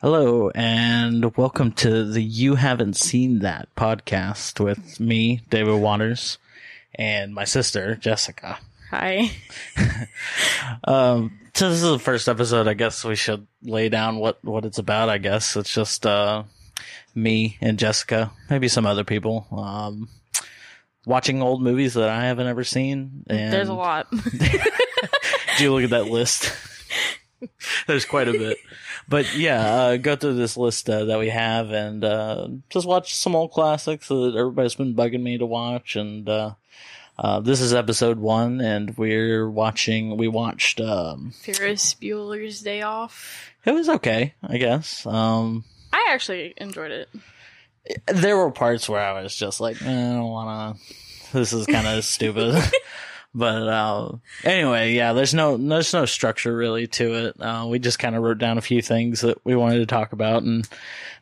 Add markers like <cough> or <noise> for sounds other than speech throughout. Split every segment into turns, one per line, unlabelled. Hello, and welcome to the You Haven't Seen That podcast with me, David Waters, and my sister, Jessica.
Hi. <laughs>
Um, so this is the first episode. I guess we should lay down what, what it's about. I guess it's just uh, me and Jessica, maybe some other people, um, watching old movies that I haven't ever seen. And
There's a lot. <laughs>
do look at that list. <laughs> There's quite a bit, but yeah, uh, go through this list uh, that we have and uh, just watch some old classics that everybody's been bugging me to watch. And uh, uh, this is episode one, and we're watching. We watched. Um,
Ferris Bueller's Day Off.
it was okay, I guess. Um,
I actually enjoyed it.
there were parts where I was just like, eh, I don't want to. This is kind
<laughs>
of stupid. <laughs> But uh, anyway, yeah, there's no there's no structure really to it. Uh, we just kind of wrote down a few things that we wanted to talk about, and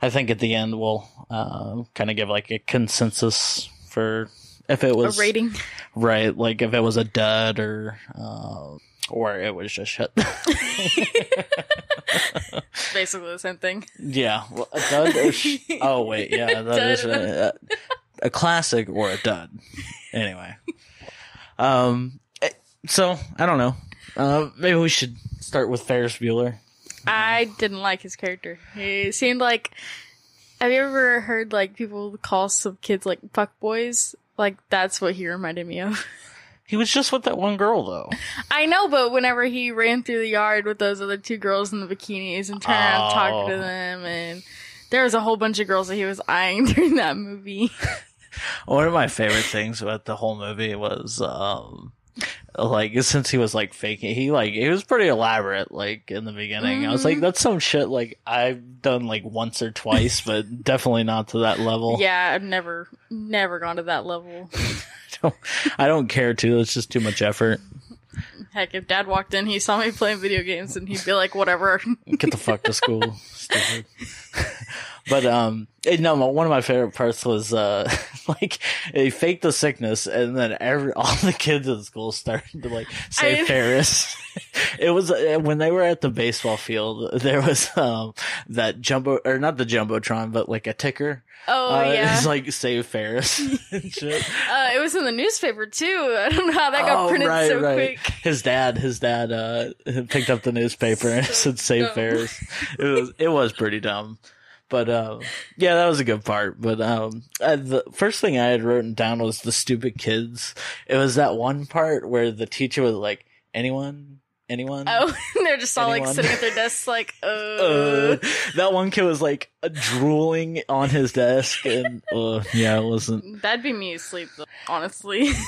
I think at the end we'll uh, kind of give like a consensus for if it
A
was
rating. <laughs>
right, like if it was a dud or uh, or it was just shit. <laughs>
It's basically the same thing.
Yeah, well, a dud or sh- oh wait, yeah, that
Dud.
is a, a classic or a dud. Anyway, um, eh, so I don't know. Uh, maybe we should start with Ferris Bueller.
I didn't like his character. He seemed like. Have you ever heard like people call some kids like fuck boys? Like that's what he reminded me of. <laughs>
He was just with that one girl though.
I know, but whenever he ran through the yard with those other two girls in the bikinis and turned around and talked to
Oh.
them, and there was a whole bunch of girls that he was eyeing <laughs> during that movie.
One of my favorite things about the whole movie was um, like since he was like faking, he like it was pretty elaborate. Like in the beginning, I was like,
Mhm.
that's some shit. Like I've done like once or twice, but definitely not to that level.
Yeah, I've never, never gone to that level.
don't, <laughs> I don't care to. It's just too much effort.
Heck, if dad walked in, he saw me playing video games and he'd be like, whatever. <laughs>
Get the fuck to school, stupid. but um, eh, no, my, one of my favorite parts was uh, <laughs> like they faked the sickness, and then every <laughs> all the kids in school started to like say
I-
Ferris. <laughs> it was uh, when they were at the baseball field. There was um that jumbo or not the jumbotron, but like a ticker.
Oh,
uh, It
yeah.
was like save Ferris. <laughs> and shit.
uh, it was in the newspaper, too. <laughs> I don't know how that got
Oh,
printed
right,
so
right.
quick.
his dad his dad uh <laughs> picked up the newspaper
<laughs>
and
So
said save
dumb.
ferris it was it was pretty dumb but uh, yeah that was a good part but um uh, the first thing i had written down was the stupid kids it was that one part where the teacher was like anyone anyone
Oh, <laughs> and they're just all
Anyone?
like sitting at their
<laughs>
desks, like, uh.
Uh, that one kid was like uh, drooling on his desk and <laughs> uh, yeah it wasn't
That'd be me asleep, though, honestly. <laughs>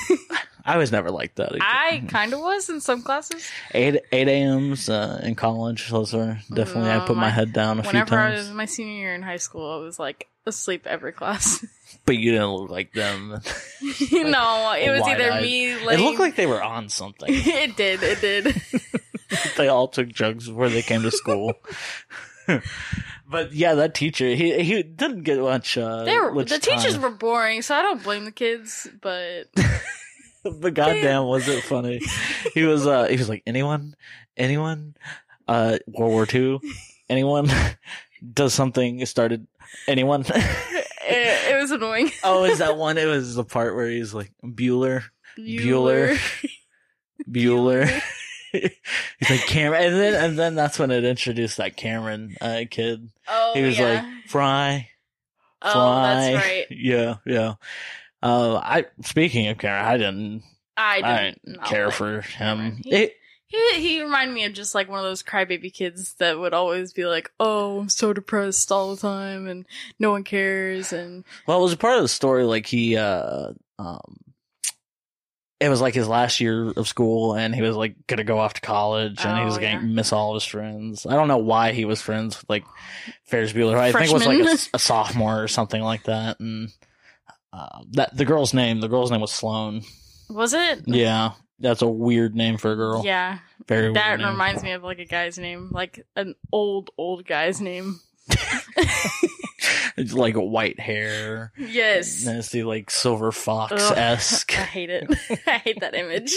i was never like that
I kind of was in some classes.
8 8 a.m.s uh, in college those were definitely i
No,
put my
my-
head down a few
Mm, Whenever I
times
was my senior year in high school, I was like asleep every class. <laughs>
but you didn't look like them.
you know, it was either
wide-eyed.
me,
It
like.
looked like they were on something.
<laughs> it did, it did.
they all took drugs before they came to <laughs> school. but yeah, that teacher, he he didn't get much. Uh,
They were,
much
the teachers
time.
were boring, so I don't blame the kids, but
<laughs> But goddamn, was it funny? He was uh he was like anyone, anyone, uh World War Two, anyone <laughs> does something started anyone.
<laughs> it, it was annoying.
oh, is <laughs> that one? It was the part where he's like Bueller, Bueller. Bueller. He's like Cameron, and then and then that's when it introduced that Cameron uh, kid.
<laughs> Oh,
he was
yeah.
like Fry,
oh,
Fly.
that's right.
<laughs> Yeah, yeah. Uh, I speaking of Cameron, I didn't
I didn't,
I
no,
care
Oh, like,
for him.
Cameron. He-
It,
He, he reminded me of just like one of those crybaby kids that would always be like, "Oh, I'm so depressed all the time, and no one cares." And
well, it was a part of the story. Like he, uh, um, it was like his last year of school, and he was like gonna go off to college, and he
Oh,
was gonna
yeah.
miss all of his friends. I don't know why he was friends with like Ferris Bueller. who I think was like
Freshman.
a s- a, sophomore or something like that, and. Uh, that the girl's name, the girl's name was Sloan.
was it?
Yeah, that's a weird name for a girl.
Yeah,
very weird
that
name.
reminds me of like a guy's name, like an old old guy's name.
<laughs> It's like white hair.
Yes,
Nasty, like silver fox esque.
I hate it. <laughs> I hate that image.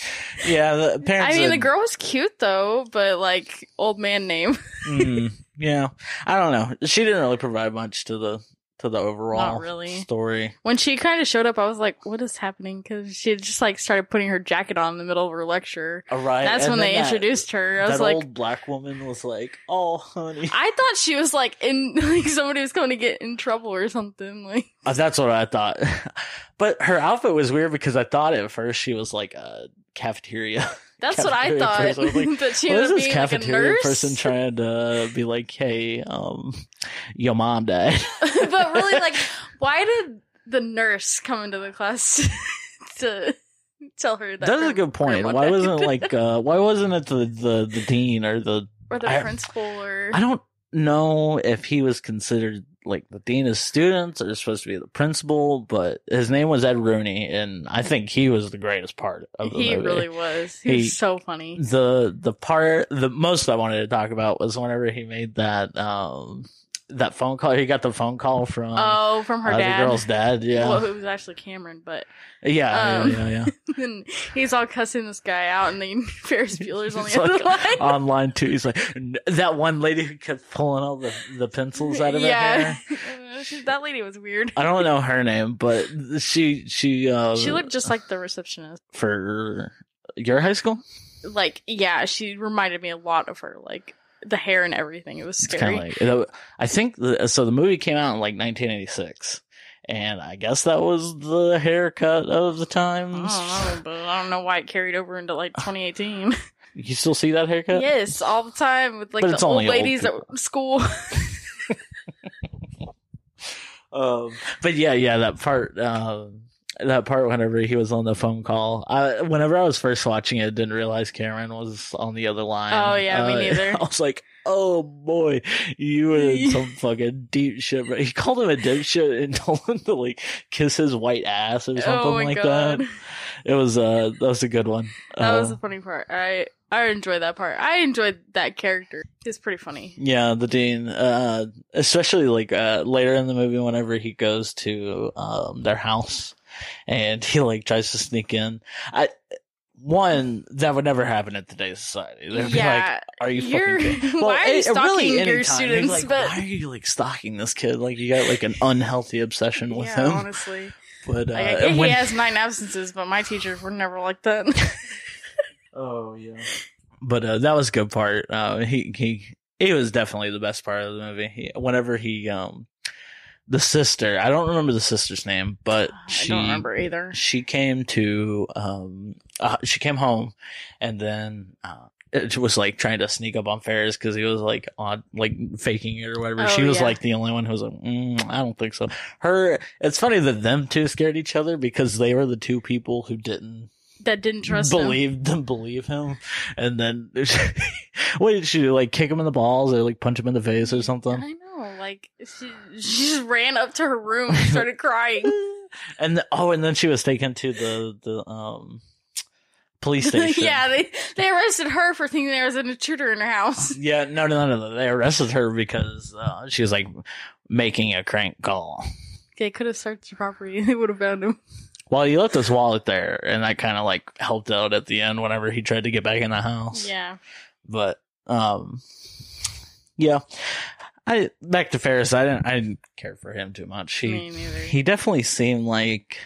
<laughs> yeah, the parents.
I mean,
had-
the girl was cute though, but like old man name.
Mm. yeah, I don't know. She didn't really provide much to the to the overall
Not really.
story.
When she kind of showed up, I was like, "What is happening?" Because she had just like started putting her jacket on in the middle of her lecture.
All right,
That's
and
when
then
they
that-
introduced her. I
That
was like,
old black woman was like, "Oh, honey."
I thought she was like in <laughs> like somebody was going to get in trouble or something. Like
Uh, That's what I thought. <laughs> But her outfit was weird because I thought at first she was like a cafeteria.
that's what
Cafeteria
I thought.
person, I was like,
<laughs> that she
What
was
is this
being like a
cafeteria
nurse, <laughs>
person trying to be like, hey, um, your mom died?
<laughs> but
<laughs>
really, like, why did the nurse come into the class <laughs> to tell her that?
That is
her
a good point.
grandma
Why
died?
wasn't it like, uh, why wasn't it the, the, the dean or the,
<laughs> or the
I-
principal or
I don't know if he was considered like the dean of students or supposed to be the principal, but his name was Ed Rooney, and I think he was the greatest part of the
he
movie.
really was. He,
He-
was so funny.
the the part the most I wanted to talk about was whenever he made that um that phone call. He got the phone call from
oh, from her
uh,
dad.
the girl's dad. Yeah,
Well, it was actually Cameron, but <laughs>
yeah,
um,
yeah,
<laughs>
yeah,
then he's all cussing this guy out, and then <laughs> Ferris Bueller's on
It's
the other
like,
line.
yeah. Online too. He's like "N- that one lady who kept pulling all the the pencils out of her hair.
<laughs> that lady was weird.
I don't know her name, but she she uh
She looked just like the receptionist.
for your high school.
Like, yeah, she reminded me a lot of her. Like the hair and everything. It was
It's kind
scary.
of like you know, I think the, so. The movie came out in like 1986, and I guess that was the haircut of the times.
Oh, I don't know, but I don't know why it carried over
<laughs>
into like 2018.
You still see that haircut?
yes, all the time with like
But
the
it's
old
only old
ladies at
<laughs>
school.
Um, but yeah, yeah, that part. Um, that part whenever he was on the phone call. I, whenever I was first watching it, I didn't realize Cameron was on the other line. Uh,
Oh,
<laughs>
yeah, me neither.
I was like, oh boy, you were
<laughs>
in some fucking deep shit. But he called him a dipshit and <laughs> told him to like kiss his white ass
<laughs>
or something
oh my
like
god,
that. It was uh that was a good one.
that was
Uh,
the funny part. I I enjoyed that part. I enjoyed that character. He's pretty funny.
yeah, the dean. Uh, especially like uh later in the movie, whenever he goes to um their house, and he like tries to sneak in. I one that would never happen in today's society. They'd be like,
yeah,
"Are you
you're.
fucking?"
<laughs>
kidding?" Well,
why are you
it- it
stalking
really
your
anytime. He's
students?
like,
but
why are you like stalking this kid? Like you got like an unhealthy obsession with
yeah,
him.
honestly.
<laughs> But uh,
Like, I get
when-
he has nine absences, but my teachers were never like that. <laughs>
Oh yeah. But uh, that was a good part. Uh, he he he was definitely the best part of the movie. He, whenever he um the sister, I don't remember the sister's name, but she
Ah, I don't remember either.
she came to um uh, she came home and then uh it was like trying to sneak up on Ferris because he was like on like faking it or whatever.
Oh,
she was
yeah.
like the only one who was like, mm, I don't think so. Her, it's funny that them two scared each other because they were the two people who didn't
That didn't trust him.
believed him. believe him and then <laughs> what did she do like kick him in the balls or like punch him in the face or something
I know. Like she, she just ran up to her room
<laughs>
and started crying.
and th- oh and then she was taken to the the um
<laughs>
police station
yeah, they they arrested her for thinking there was an intruder in her
<laughs>
house.
yeah no no no no they arrested her because uh, she was like making a crank call
They could have searched the property. <laughs> They would have found him.
well he left his wallet there and that kind of like helped out at the end whenever he tried to get back in the house
Yeah.
but um yeah i back to ferris i didn't i didn't care for him too much he
Me neither.
he definitely seemed like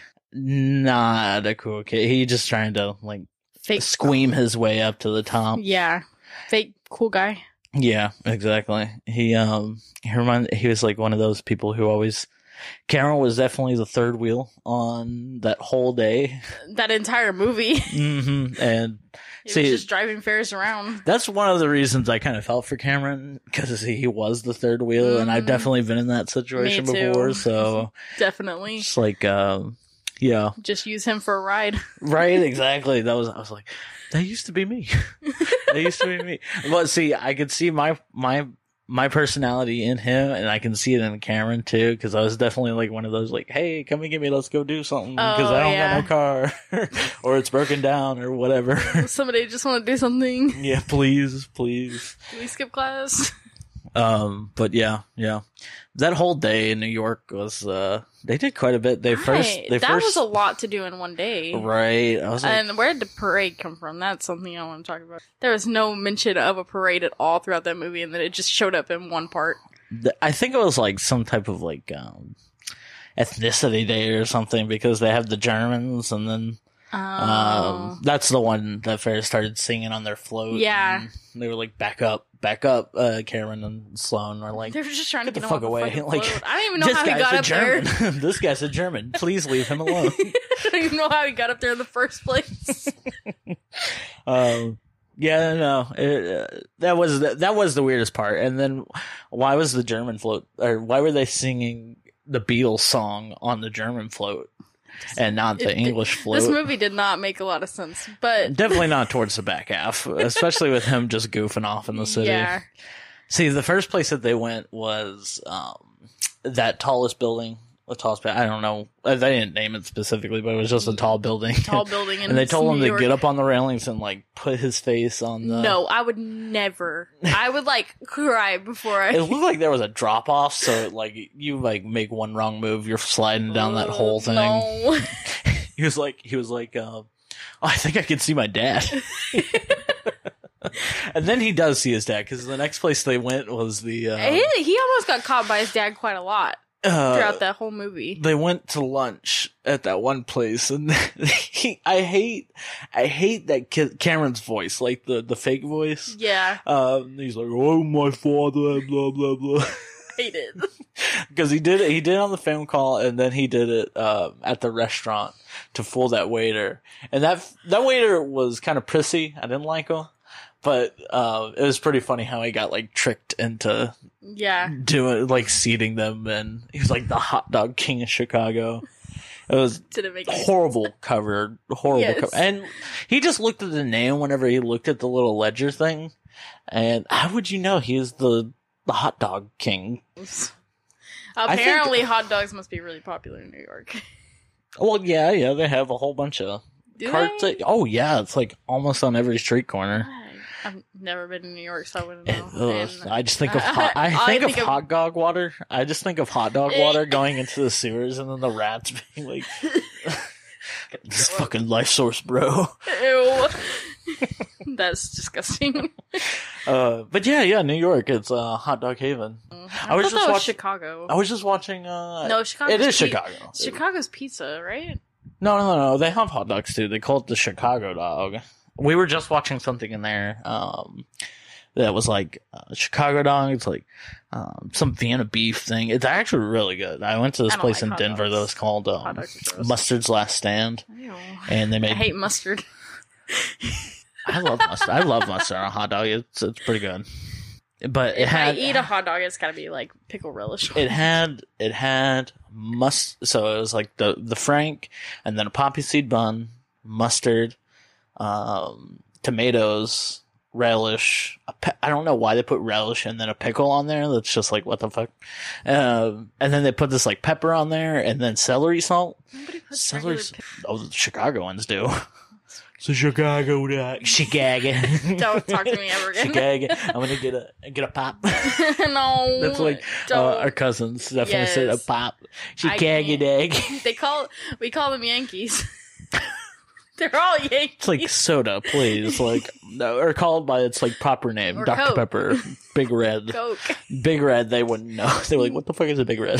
not a cool kid he just trying to like
Fake.
squeam his way up to the top
um, Yeah. Fake cool guy.
yeah exactly he um he reminded he was like one of those people who always Cameron was definitely the third wheel on that whole
<laughs>
day.
That entire movie. <laughs> He
hmm And See-
was just driving Ferris around.
That's one of the reasons I kind of felt for Cameron because he was the third wheel, and I've
Mhm.
definitely been in that situation
Me too.
before.
<laughs>
So
Definitely.
it's like, um, yeah,
Just use him for a ride. <laughs>
right, exactly. That was I was like, that used to be me. <laughs> that used to be me. Well, see, I could see my my my personality in him, and I can see it in Cameron too because I was definitely like one of those like, hey, come and get me, let's go do something because
Oh,
I don't got
yeah.
no car <laughs> or it's broken down or whatever. <laughs>
Somebody just want to do something.
yeah, please, please.
Can we skip class?
Um, but yeah, yeah, that whole day in New York was uh, they did quite a bit. They first,
Right.
they
that
first,
was a lot to do in one day.
right? I was like,
And where did the parade come from? That's something I want to talk about. There was no mention of a parade at all throughout that movie, and then it just showed up in one part. Um,
th- I think it was like some type of like um ethnicity day or something because they have the Germans and then
Oh.
um that's the one that Ferris started singing on their float.
Yeah.
and they were like, back up, back up. Uh, Cameron and Sloan are like,
they were just trying to
get
get
the
him
fuck
off the
away, <laughs>
fucking
like,
float. I don't even know
this
how he
guy's
got
a
up
German. <laughs>
<laughs>
Oh.
there.
this guy's a German. Please leave him alone.
I don't even know how he got up there in
<laughs>
the first place.
um, yeah, no, no. It, uh, that was the, that was the weirdest part. And then, why was the German float? Or why were they singing the Beatles song on the German float and not the
It-
English
This
float?
movie did not make a lot of sense, but
Definitely not towards the back half, especially with him just goofing off in the city.
yeah,
See, the first place that they went was um, that tallest building. The tallest, bu- I don't know. uh, They didn't name it specifically, but it was just a tall building.
tall building,
<laughs>
in
and they told him
New
to
York.
get up on the railings and like put his face on the.
No, I would never. I would like cry before I.
it looked like there was a drop off, so like you like make one wrong move, you're sliding down that whole thing.
Mm, <laughs> No.
He was like, he was like, uh, oh, I think I can see my dad. and then he does see his dad because the next place they went was the uh,
he, he almost got caught by his dad quite a lot
uh,
throughout that whole movie.
they went to lunch at that one place and <laughs> he, I hate I hate that Ca- Cameron's voice, like the the fake voice.
Yeah,
Um, he's like, "Oh my father," blah blah blah.
he did.
because he did it he did it on the phone call and then he did it um, at the restaurant to fool that waiter and that that waiter was kind of prissy i didn't like him but uh, it was pretty funny how he got like tricked into
Yeah,
doing like seating them and he was like the hot dog king of chicago it was
didn't make any
horrible cover horrible
Yes.
cover and he just looked at the name whenever he looked at the little ledger thing and how would you know he is the the hot dog king
sense.
think-
Apparently, hot dogs must be really popular in New
<laughs>
York.
well yeah yeah they have a whole bunch of
Do
Carts
they?
that- oh yeah, it's like almost on every street corner.
I- I've never been in New York, so I wouldn't
It-
know.
ugh,
And-
I just think
<laughs>
of
I-
hot, I,
Oh, I
think,
think
of
of- Eh.
hot dog water. I just think of hot dog water going into the sewers and then the rats <laughs> being
<laughs>
like, "This is fucking life source, bro."
Ew. <laughs> That's
<laughs>
disgusting.
Uh, but yeah, yeah, New York, it's uh, hot dog haven.
I,
was
was thought
just
that was
watch-
Chicago.
I was just watching. Uh,
no, Chicago.
it is Chicago.
Chicago's pizza, right?
No, no, no, no. They have hot dogs too. They call it the Chicago dog. We were just watching something in there um, that was like uh, Chicago dog. It's like um, some Vienna beef thing. It's actually really good. I went to this
I don't
place
like
in
hot
Denver
dogs.
that was called
Hot
um,
dogs are gross.
Mustard's Last Stand,
Ew.
and they
I
made. I,
hate mustard.
love mustard. I love mustard on a hot dog. It's it's pretty good, but it
If
had
<laughs> I eat a hot dog, it's gotta be like pickle relish. <laughs>
it had it had must so it was like the the frank and then a poppy seed bun mustard um tomatoes relish a pe- i don't know why they put relish and then a pickle on there that's just like what the fuck um and then they put this like pepper on there and then celery salt
Nobody puts
celery
regular
s-
pickle.
oh the chicagoans do so chicago dog chicago
Don't talk to me ever again.
chicago i'm gonna get a get a pop
<laughs> no.
that's like uh,
don't.
our cousins definitely said a
Yes.
pop. She
I
gagged
can't.
egg. <laughs>
they call we call them Yankees. <laughs> They're all Yankees.
It's
<laughs>
like soda, please. Like no, or called by its like proper name,
Or
Dr
Coke.
Pepper,
<laughs>
Big Red,
Coke,
Big Red. They wouldn't know. <laughs> They were like, "What the fuck is a Big
<laughs>
Red?"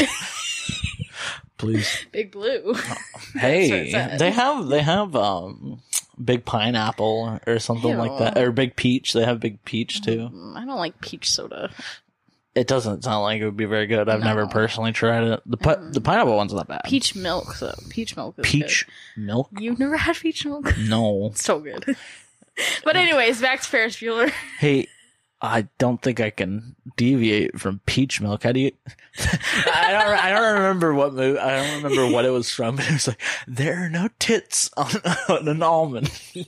please.
Big Blue. what
Hey,
it said.
they have they have um big pineapple or something like that,
Ew.
or big peach. They have big peach too.
Mm, I don't like peach soda.
It doesn't sound like it would be very good. I've never
No.
personally tried it. The pi-
Mm.
the pineapple one's not bad.
Peach milk though. Peach milk. Is
peach milk.
Good. You've never had peach milk. <laughs>
No.
It's so good. <laughs> But anyways, back to Ferris Bueller.
Hey, I don't think I can deviate from peach milk. How do you? <laughs> I don't. I don't remember what movie. I don't remember what it was from. <laughs> But it was like there are no tits on, <laughs> on an almond.
Oh,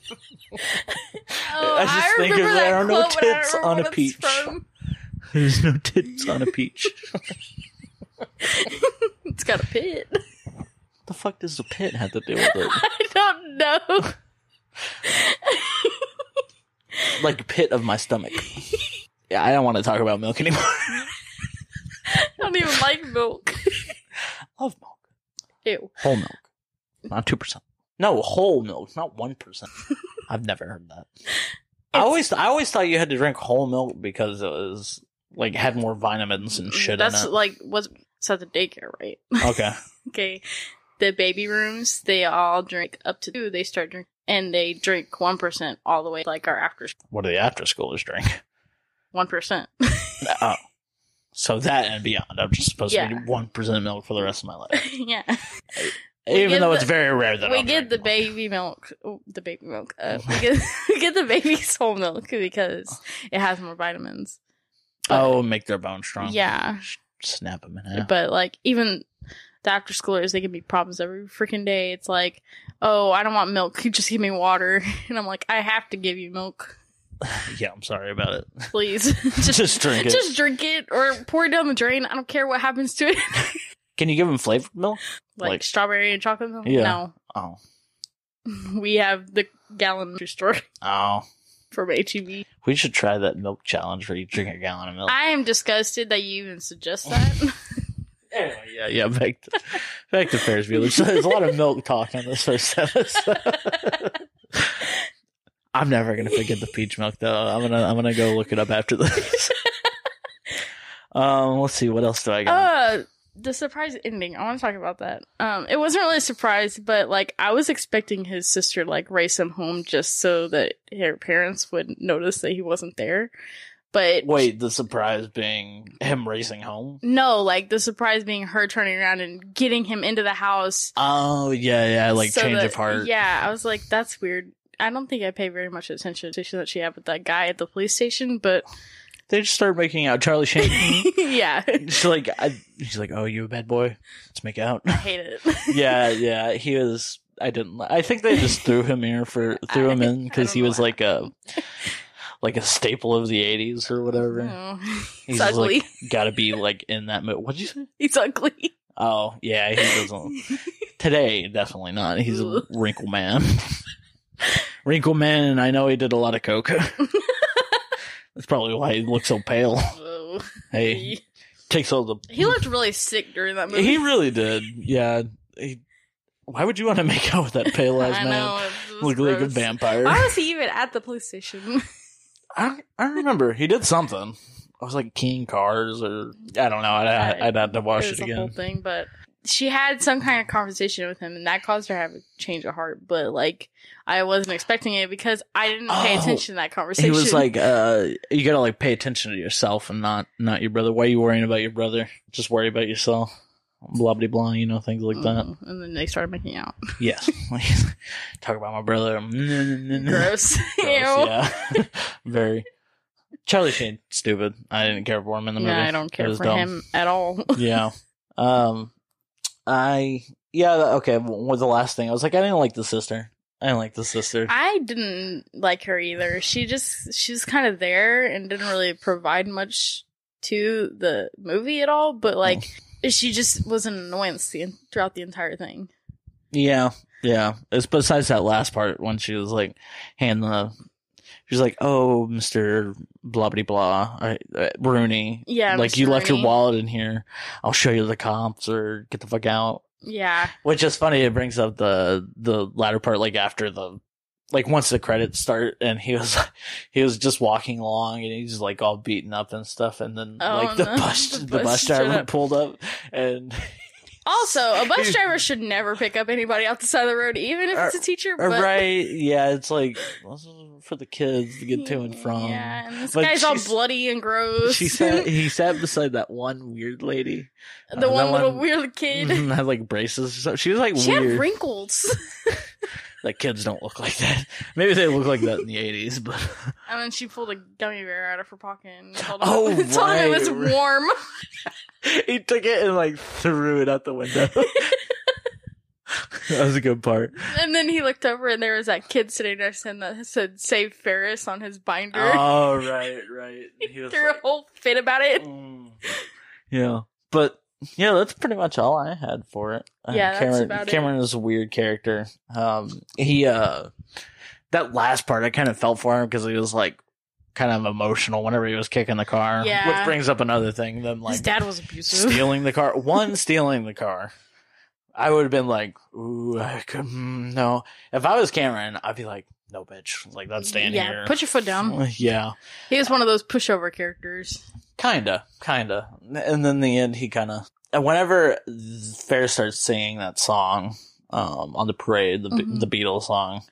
I just think of there are no
quote, but I don't
tits
remember
on a
what it's
peach.
from.
<laughs> There's no tits on a peach.
It's got a pit.
What <laughs> the fuck does the pit have to do with it?
<laughs> I don't know.
<laughs> Like pit of my stomach. yeah, I don't want to talk about milk anymore. <laughs>
I don't even like milk.
Love milk,
<laughs> Ew.
whole milk, not two percent. No, whole milk, not one percent. <laughs> I've never heard that. I
It's-
always, I always thought you had to drink whole milk because it was like had more vitamins and shit
That's <laughs>
in
like what's it's at the daycare, right?
it. Okay,
Okay. The baby rooms, they all drink up to two. They start drink and they drink one percent all the way like our after
what do the after schoolers <laughs> drink?
one percent. <laughs>
Oh, so that and beyond. I'm just supposed to
Yeah.
be one percent milk for the rest of my
<laughs>
life,
yeah. give
even though it's
the-
very rare that
we
I'll drink
get the
milk.
baby milk, oh, the baby milk. Uh,
<laughs>
we get <laughs> we get the baby's whole milk because it has more vitamins.
Oh, make their bones strong.
Yeah.
snap
<laughs>
them in half.
But like even the after schoolers, they can be problems every freaking day. It's like, oh, I don't want milk. <laughs> You just give me water, and I'm like, I have to give you milk,
yeah, I'm sorry about it. <laughs>
please. <laughs>
Just, drink it.
Just drink it or pour it down the drain. I don't care what happens to it. <laughs>
Can you give them flavored milk?
like,
Like-
strawberry and chocolate milk.
Yeah.
No,
Oh,
we have the gallon <laughs> grocery store
oh,
from E HEB.
we should try that milk challenge where you drink a gallon of milk.
I am disgusted that you even suggest that. <laughs>
Anyway, yeah, yeah. Back to, back to Ferris Bueller. So there's a lot of milk talk on this first episode. <laughs> I'm never gonna forget the peach milk though. I'm gonna I'm gonna go look it up after this. <laughs> um, let's see what else do I got.
uh, the surprise ending. I want to talk about that. Um, it wasn't really a surprise, but like I was expecting his sister like race him home just so that her parents would notice that he wasn't there. But
Wait, the surprise being him racing home.
no, like the surprise being her turning around and getting him into the house
Oh yeah, yeah, like
So
change
that-
of heart.
Yeah, I was like, that's weird. I don't think I pay very much attention to that she had with that guy at the police station, but <laughs>
They just start making out. Charlie Sheen.
yeah, <laughs>
she's like, I, she's like, oh, you a bad boy? Let's make out.
I hate it.
<laughs>
<laughs>
yeah, yeah. He was. I didn't. li- I think they just threw him here for threw him
<laughs> I-
in because
I
he
don't
was
know.
like a like a staple of the '80s or whatever.
No.
He's
Oh. It's
just,
ugly. <laughs>
like got to be like in that movie. What'd you say?
It's ugly.
Oh yeah, he doesn't. Today, definitely not. He's a
Ugh.
wrinkle man. <laughs> wrinkle man, and I know he did a lot of
<laughs>
coke. That's probably why he looks so pale.
<laughs> Oh.
Hey,
he
takes all the
he looked really sick during that movie.
He really did. Yeah. He, why would you want to make out with that pale ass
I
man?
know. it
Look
was
like a
gross.
vampire.
Why was he even at the police station?
<laughs>
<laughs>
I, I remember he did something. I was like King Cars or I don't know. I'd, I'd have to watch it,
it was a whole
again.
thing, but she had some kind of conversation with him, and that caused her to have a change of heart. But like, I wasn't expecting it because I didn't pay
Oh,
attention to that conversation.
He was
<laughs>
like, uh, you gotta like pay attention to yourself and not not your brother. Why are you worrying about your brother? Just worry about yourself. Blah blah blah. You know things like that.
Mm, And then they started making out. <laughs>
Yes. Talk about my brother.
Gross. <laughs>
<laughs>
Ew.
Gross, yeah. <laughs> Very. Charlie Sheen, stupid. I didn't care for him in the movie.
Yeah, I don't
It
care
was
for
dumb.
him at all.
yeah. Um, I yeah okay. With the last thing, I was like, I didn't like the sister. I didn't like the sister.
I didn't like her either. She just she's kind of there and didn't really provide much to the movie at all. But like,
Oh.
she just was an annoyance the, throughout the entire thing.
yeah, yeah. It's besides that last part when she was like, hand the. She's like, oh, Mister blah blah blah, I- uh, Rooney.
Yeah,
like
Mr.
you left your
Rooney.
wallet in here. I'll show you the cops or get the fuck out.
Yeah,
Which is funny. It brings up the the latter part, like after the, like once the credits start, and he was <laughs> he was just walking along, and he's like all beaten up and stuff, and then
Oh,
like the
no.
bus
<laughs> The
the,
bus
bus
showed
driver
up.
pulled up,
<laughs>
and
Also, a
<laughs>
bus driver should never pick up anybody off the side of the road, even if it's a teacher. But
right, yeah, it's like this is for the kids to get to and from.
Yeah, and this
But
guy's all
she's-
bloody and gross.
She
<laughs>
sat. He sat beside that one weird lady.
the
uh,
one
that
little
one- <laughs>
weird kid.
had like braces. Or something. She was like
<laughs> She
Mm-hmm. weird.
had wrinkles. <laughs>
like kids don't look like that. Maybe they look like that in the eighties, but
and then she pulled a gummy bear out of her pocket
<laughs>
and told him,
Oh,
told him it was
right.
warm.
he took it and like threw it out the
<laughs>
window. <laughs> that was a good part.
And then he looked over and there was that kid sitting next to him that said "Save Ferris" on his binder. <laughs>
Oh right, right. He was
Threw a
like,
whole fit about it.
mm. Yeah, but yeah, that's pretty much all I had for it. Uh,
Yeah, that's
Cameron.
about it.
Cameron is a weird character. Um, he uh, that last part I kind of felt for him because he was like kind of emotional whenever he was kicking the car.
Yeah.
Which brings up another thing, them
His
like
dad was abusive.
stealing the
<laughs>
car. One stealing the car. I would have been like, ooh, I could, mm, no. If I was Cameron, I'd be like, no, bitch. Like, that's staying
yeah,
here.
put your foot down.
yeah.
He was one of those pushover characters.
<laughs> Kinda. Kinda. And then the end, he kinda. And whenever Fair starts singing that song, um, on the parade, the, Be-
Mhm.
the Beatles song,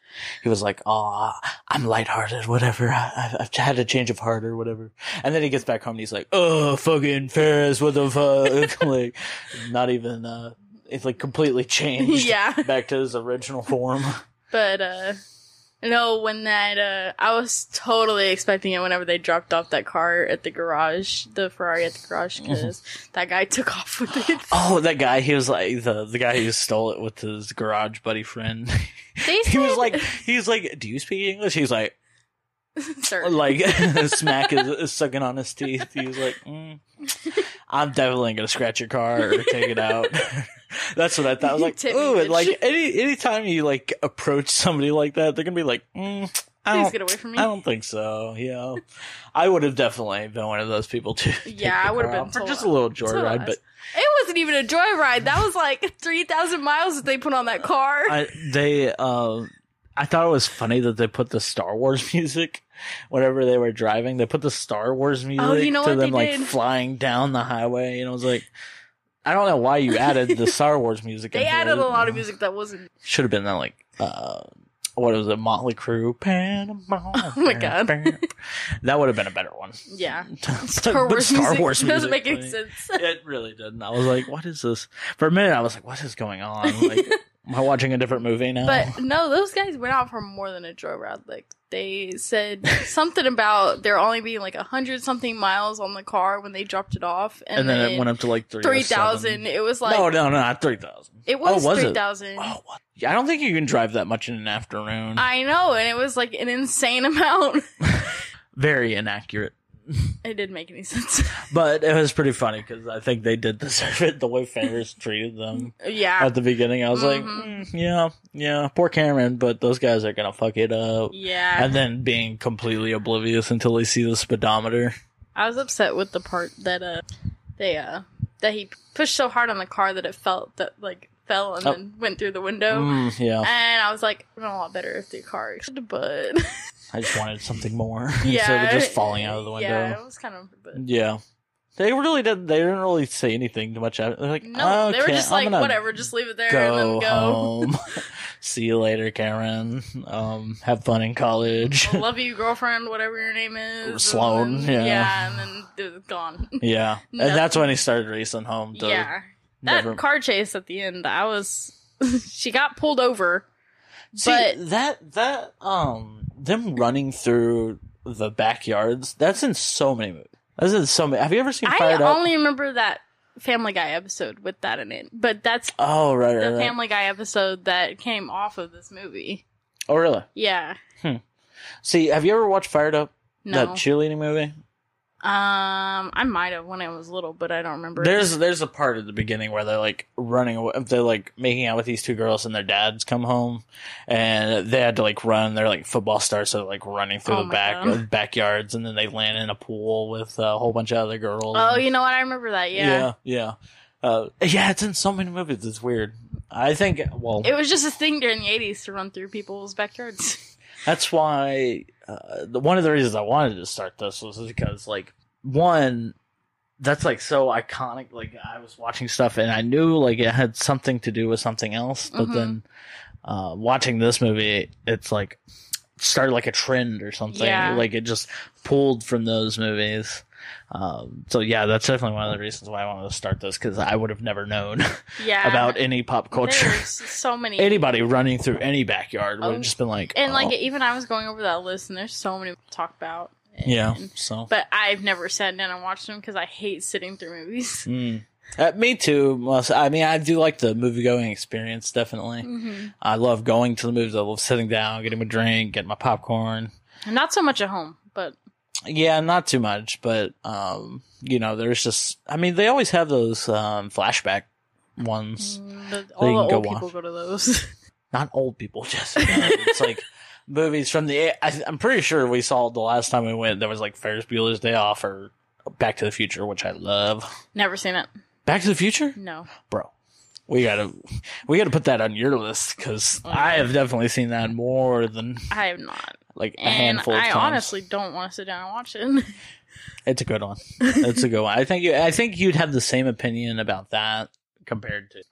he was like, oh, I'm lighthearted, whatever. I- I've, I've had a change of heart or whatever. And then he gets back home and he's like, oh, fucking Ferris, what the fuck? <laughs> like, not even, uh, it's like completely changed
<laughs> yeah.
<laughs> back to his original form. <laughs>
But uh no, when that uh I was totally expecting it whenever they dropped off that car at the garage, the Ferrari at the garage
Mm-hmm.
because that guy took off with it.
Oh, that guy, he was like, the, the guy who stole it with his garage buddy friend.
They
<laughs> <laughs> he was
said-
like, he's like, do you speak English? He's like,
<laughs> Sorry.
like <laughs> smack is, is sucking on his teeth. He's like, mm, I'm definitely gonna scratch your car or take it out. <laughs> That's what I thought. I was like,
Tip me,
ooh, and, like
bitch.
any anytime you like approach somebody like that, they're gonna be like, mm, I
please
don't,
get away from me.
I don't think so. Yeah, I would have definitely been one of those people too. <laughs>
Yeah, I would have been
for just a
total-
little joyride,
total
but
It wasn't even a joyride. That was like <laughs> three thousand miles that they put on that car.
I, they uh, I thought it was funny that they put the Star Wars <laughs> music whenever they were driving. They put the Star Wars music
Oh, you know
to
what
them
they
like
did?
flying down the highway, and I was like, I don't know why you added the Star Wars music.
they added a lot of music that wasn't.
Should have been that like. Uh, what was it? Motley Crue, Panama.
<laughs> Oh my God.
that would have been a better one. <laughs>
Yeah,
<laughs> But-
Star
but
Wars music <laughs> doesn't make
like- oh.
any sense.
it really didn't. I was like, "What is this?" For a minute, I was like, "What is going on?"
<laughs>
Like, am I watching a different movie now?
But no, those guys went out for more than a joyride. Like they
<laughs>
said something about there only being like a hundred something miles on the car when they dropped it off, and,
and, then, it went up to like three oh
three thousand. It was like
no, no, no, not three thousand.
it was,
Oh, was it?
three thousand.
Oh, what? Yeah, I don't think you can drive that much in an afternoon.
I know, and it was like an insane <laughs> amount.
Very inaccurate,
it didn't make any sense. <laughs>
but it was pretty funny because I think they did deserve it the way
<laughs>
Ferris treated them
yeah,
at the beginning. I was like,
Mhm.
"Mm, yeah, yeah, poor Cameron, but those guys are gonna fuck it up.
yeah.
And then being completely oblivious until they see the speedometer.
I was upset with the part that uh they uh that he pushed so hard on the car that it felt that like fell and
Oh.
then went through the window.
Mm, yeah,
And I was like, I'm a lot better if the car exploded,
<laughs>
but
I just wanted something
<laughs>
more <laughs>
yeah,
instead of just falling out of the window.
Yeah, it was kind of. But
Yeah. They really didn't. They didn't really say anything too much. They're like,
no, they were
"Okay,
just
I'm
like,
gonna
whatever, just leave it there and let
Go,
them <laughs> go.
home. <laughs> See you later, Karen. Um, have fun in college.
Love you, girlfriend, whatever your name is.
Sloan,
and then-
yeah.
and then it was gone.
<laughs> yeah,
No.
and that's when he started racing home. To
yeah, that
never.
car chase at the end, I was. <laughs> she got pulled over.
See,
but-
that that um them running through the backyards. That's in so many movies. That's in so many. Have you ever seen
I
Fired Up?
only remember that Family Guy episode with that in it, but that's
oh right, right,
the
right.
Family Guy episode that came off of this movie.
Oh really?
Yeah,
See, have you ever watched Fired Up?
no.
That cheerleading movie.
Um, I might have when I was little, but I don't remember.
There's there's a part at the beginning where they're like running away. They're like making out with these two girls, and their dads come home, and they had to like run. They're like football stars, so they're like running through
Oh
the
my
back uh,
God.
backyards, and then they land in a pool with a whole bunch of other girls.
oh, you know what? I remember that. Yeah.
yeah, yeah. Uh, yeah, it's in so many movies. It's weird. I think. Well,
It was just a thing during the '80s to run through people's backyards. <laughs>
That's why uh, the, one of the reasons I wanted to start this was because, like, one, that's like so iconic. Like, I was watching stuff and I knew like it had something to do with something else, but
Mhm.
then uh, watching this movie, it's like started like a trend or something.
Yeah.
Like it just pulled from those movies. Um, so yeah, that's definitely one of the reasons why I wanted to start this because I would have never known <laughs>
Yeah.
about any pop culture.
There's so many.
Anybody running through any backyard would
Oh,
have just been like,
and like
"Oh."
even I was going over that list, and there's so many to talk about.
Yeah.
And-
So.
But I've never sat down and watched them because I hate sitting
<laughs>
through movies.
Mm. Uh, me too. most- I mean, I do like the movie going experience. Definitely,
Mhm.
I love going to the movies. I love sitting down, getting my drink, getting my popcorn.
Not so much at home, but
Yeah, not too much, but um, you know, there's just. I mean, they always have those um, flashback ones.
mm, the,
can
all the
go
old
watch.
people go to those. <laughs>
<laughs> Not old people, just it's like movies from the. I, I'm pretty sure we saw the last time we went. There was like Ferris Bueller's Day Off or Back to the Future, which I love.
Never seen it.
Back to the Future,
No.
bro. We gotta, we gotta put that on your list because
Oh, yeah.
I have definitely seen that more than
I have not.
like a
And
handful of
I
times.
honestly don't want to sit down and watch it. <laughs>
It's a good one. It's a good one. I think you. I think you'd have the same opinion about that compared to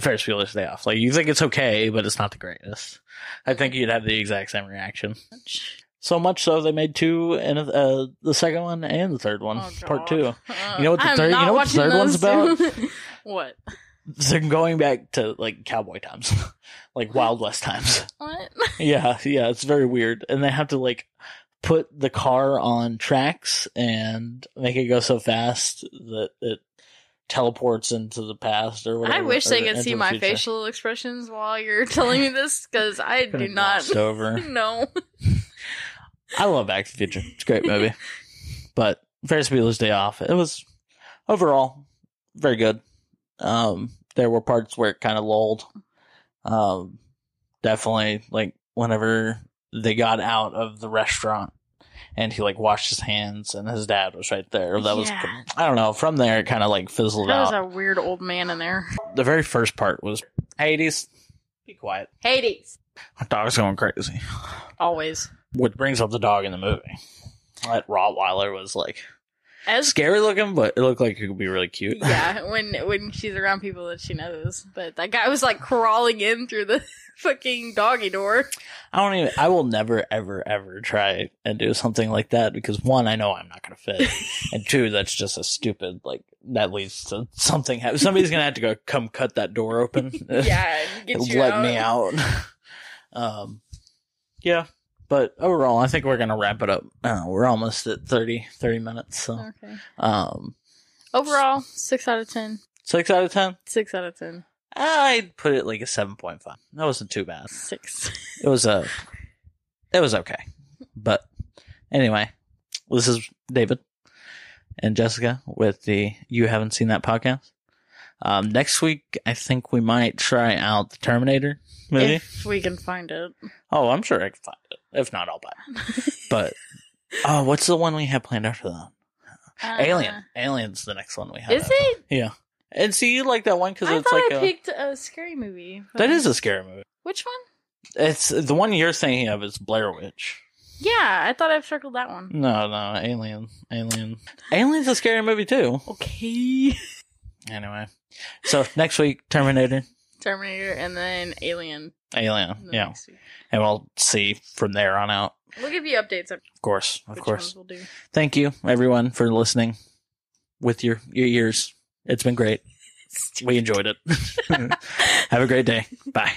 Ferris Bueller's Day Off. Like you think it's okay, but it's not the greatest. I think you'd have the exact same reaction. So much so they made two and uh, the second one and the third one,
Oh,
part
God.
two.
Uh,
You know what the third- you
not
know what the
watching
third one's
those. <laughs> what?
They're going back to like cowboy times, <laughs> like Wild West times.
What?
Yeah, yeah, it's very weird. And they have to like put the car on tracks and make it go so fast that it teleports into the past or whatever.
I wish they
or
could
into
see
uh, the
my
future.
facial expressions while you're <laughs> telling me this because I
Could've
do not
glossed <laughs> over.
<laughs> know.
I love Back to the Future. It's a great
<laughs>
movie. but Ferris Bueller's Day Off, it was overall very good. Um, there were parts where it kind of lulled. Um, definitely, like whenever they got out of the restaurant and he like washed his hands and his dad was right there. That was
Yeah.
I don't know. From there, it kind of like fizzled
That was
out.
a weird old man in there.
the very first part was Hades. Be quiet.
Hades.
My dog's going crazy.
Always.
Which brings up the dog in the movie. That Rottweiler was like
As
scary looking, but it looked like it could be really cute.
yeah, when when she's around people that she knows. But that guy was like crawling in through the <laughs> fucking
<laughs>
doggy door.
I don't even. I will never, ever, ever try and do something like that because one, I know I'm not going to
<laughs>
fit, and two, that's just a stupid. Like that leads to something. hap- Somebody's going to have to go come cut that door open.
<laughs> Yeah, and get you
let
out.
me out. <laughs> um, yeah. But overall, I think we're going to wrap it up. Uh, we're almost at 30, 30 minutes. So,
Okay.
um,
Overall, six out of ten.
six out of 10.
Six out of ten.
I'd put it like a 7.5. That wasn't too bad.
Six.
it was a it was okay but anyway this is david and jessica with the you haven't seen that podcast um, next week i think we might try out the terminator movie
If we can find it.
oh i'm sure i can find it if not i'll buy
<laughs>
it but oh what's the one we have planned after that
Uh,
alien alien's the next one we have
Is it?
and see you like that one because
I
it's
thought
like
I
a,
picked a scary movie. but-
that is a scary movie
Which one?
it's the one you're thinking of is blair witch
Yeah, I thought I've circled that one.
No, no, Alien, Alien, Alien's a scary movie too.
Okay.
Anyway, so next week Terminator,
Terminator and then Alien.
Alien,
the
yeah,
next week.
and we'll see from there on out.
We'll give you updates of
Of course, of
which
course.
ones we'll do.
Thank you everyone for listening with your your <laughs> ears. It's been great. We enjoyed it. Have a great day. Bye.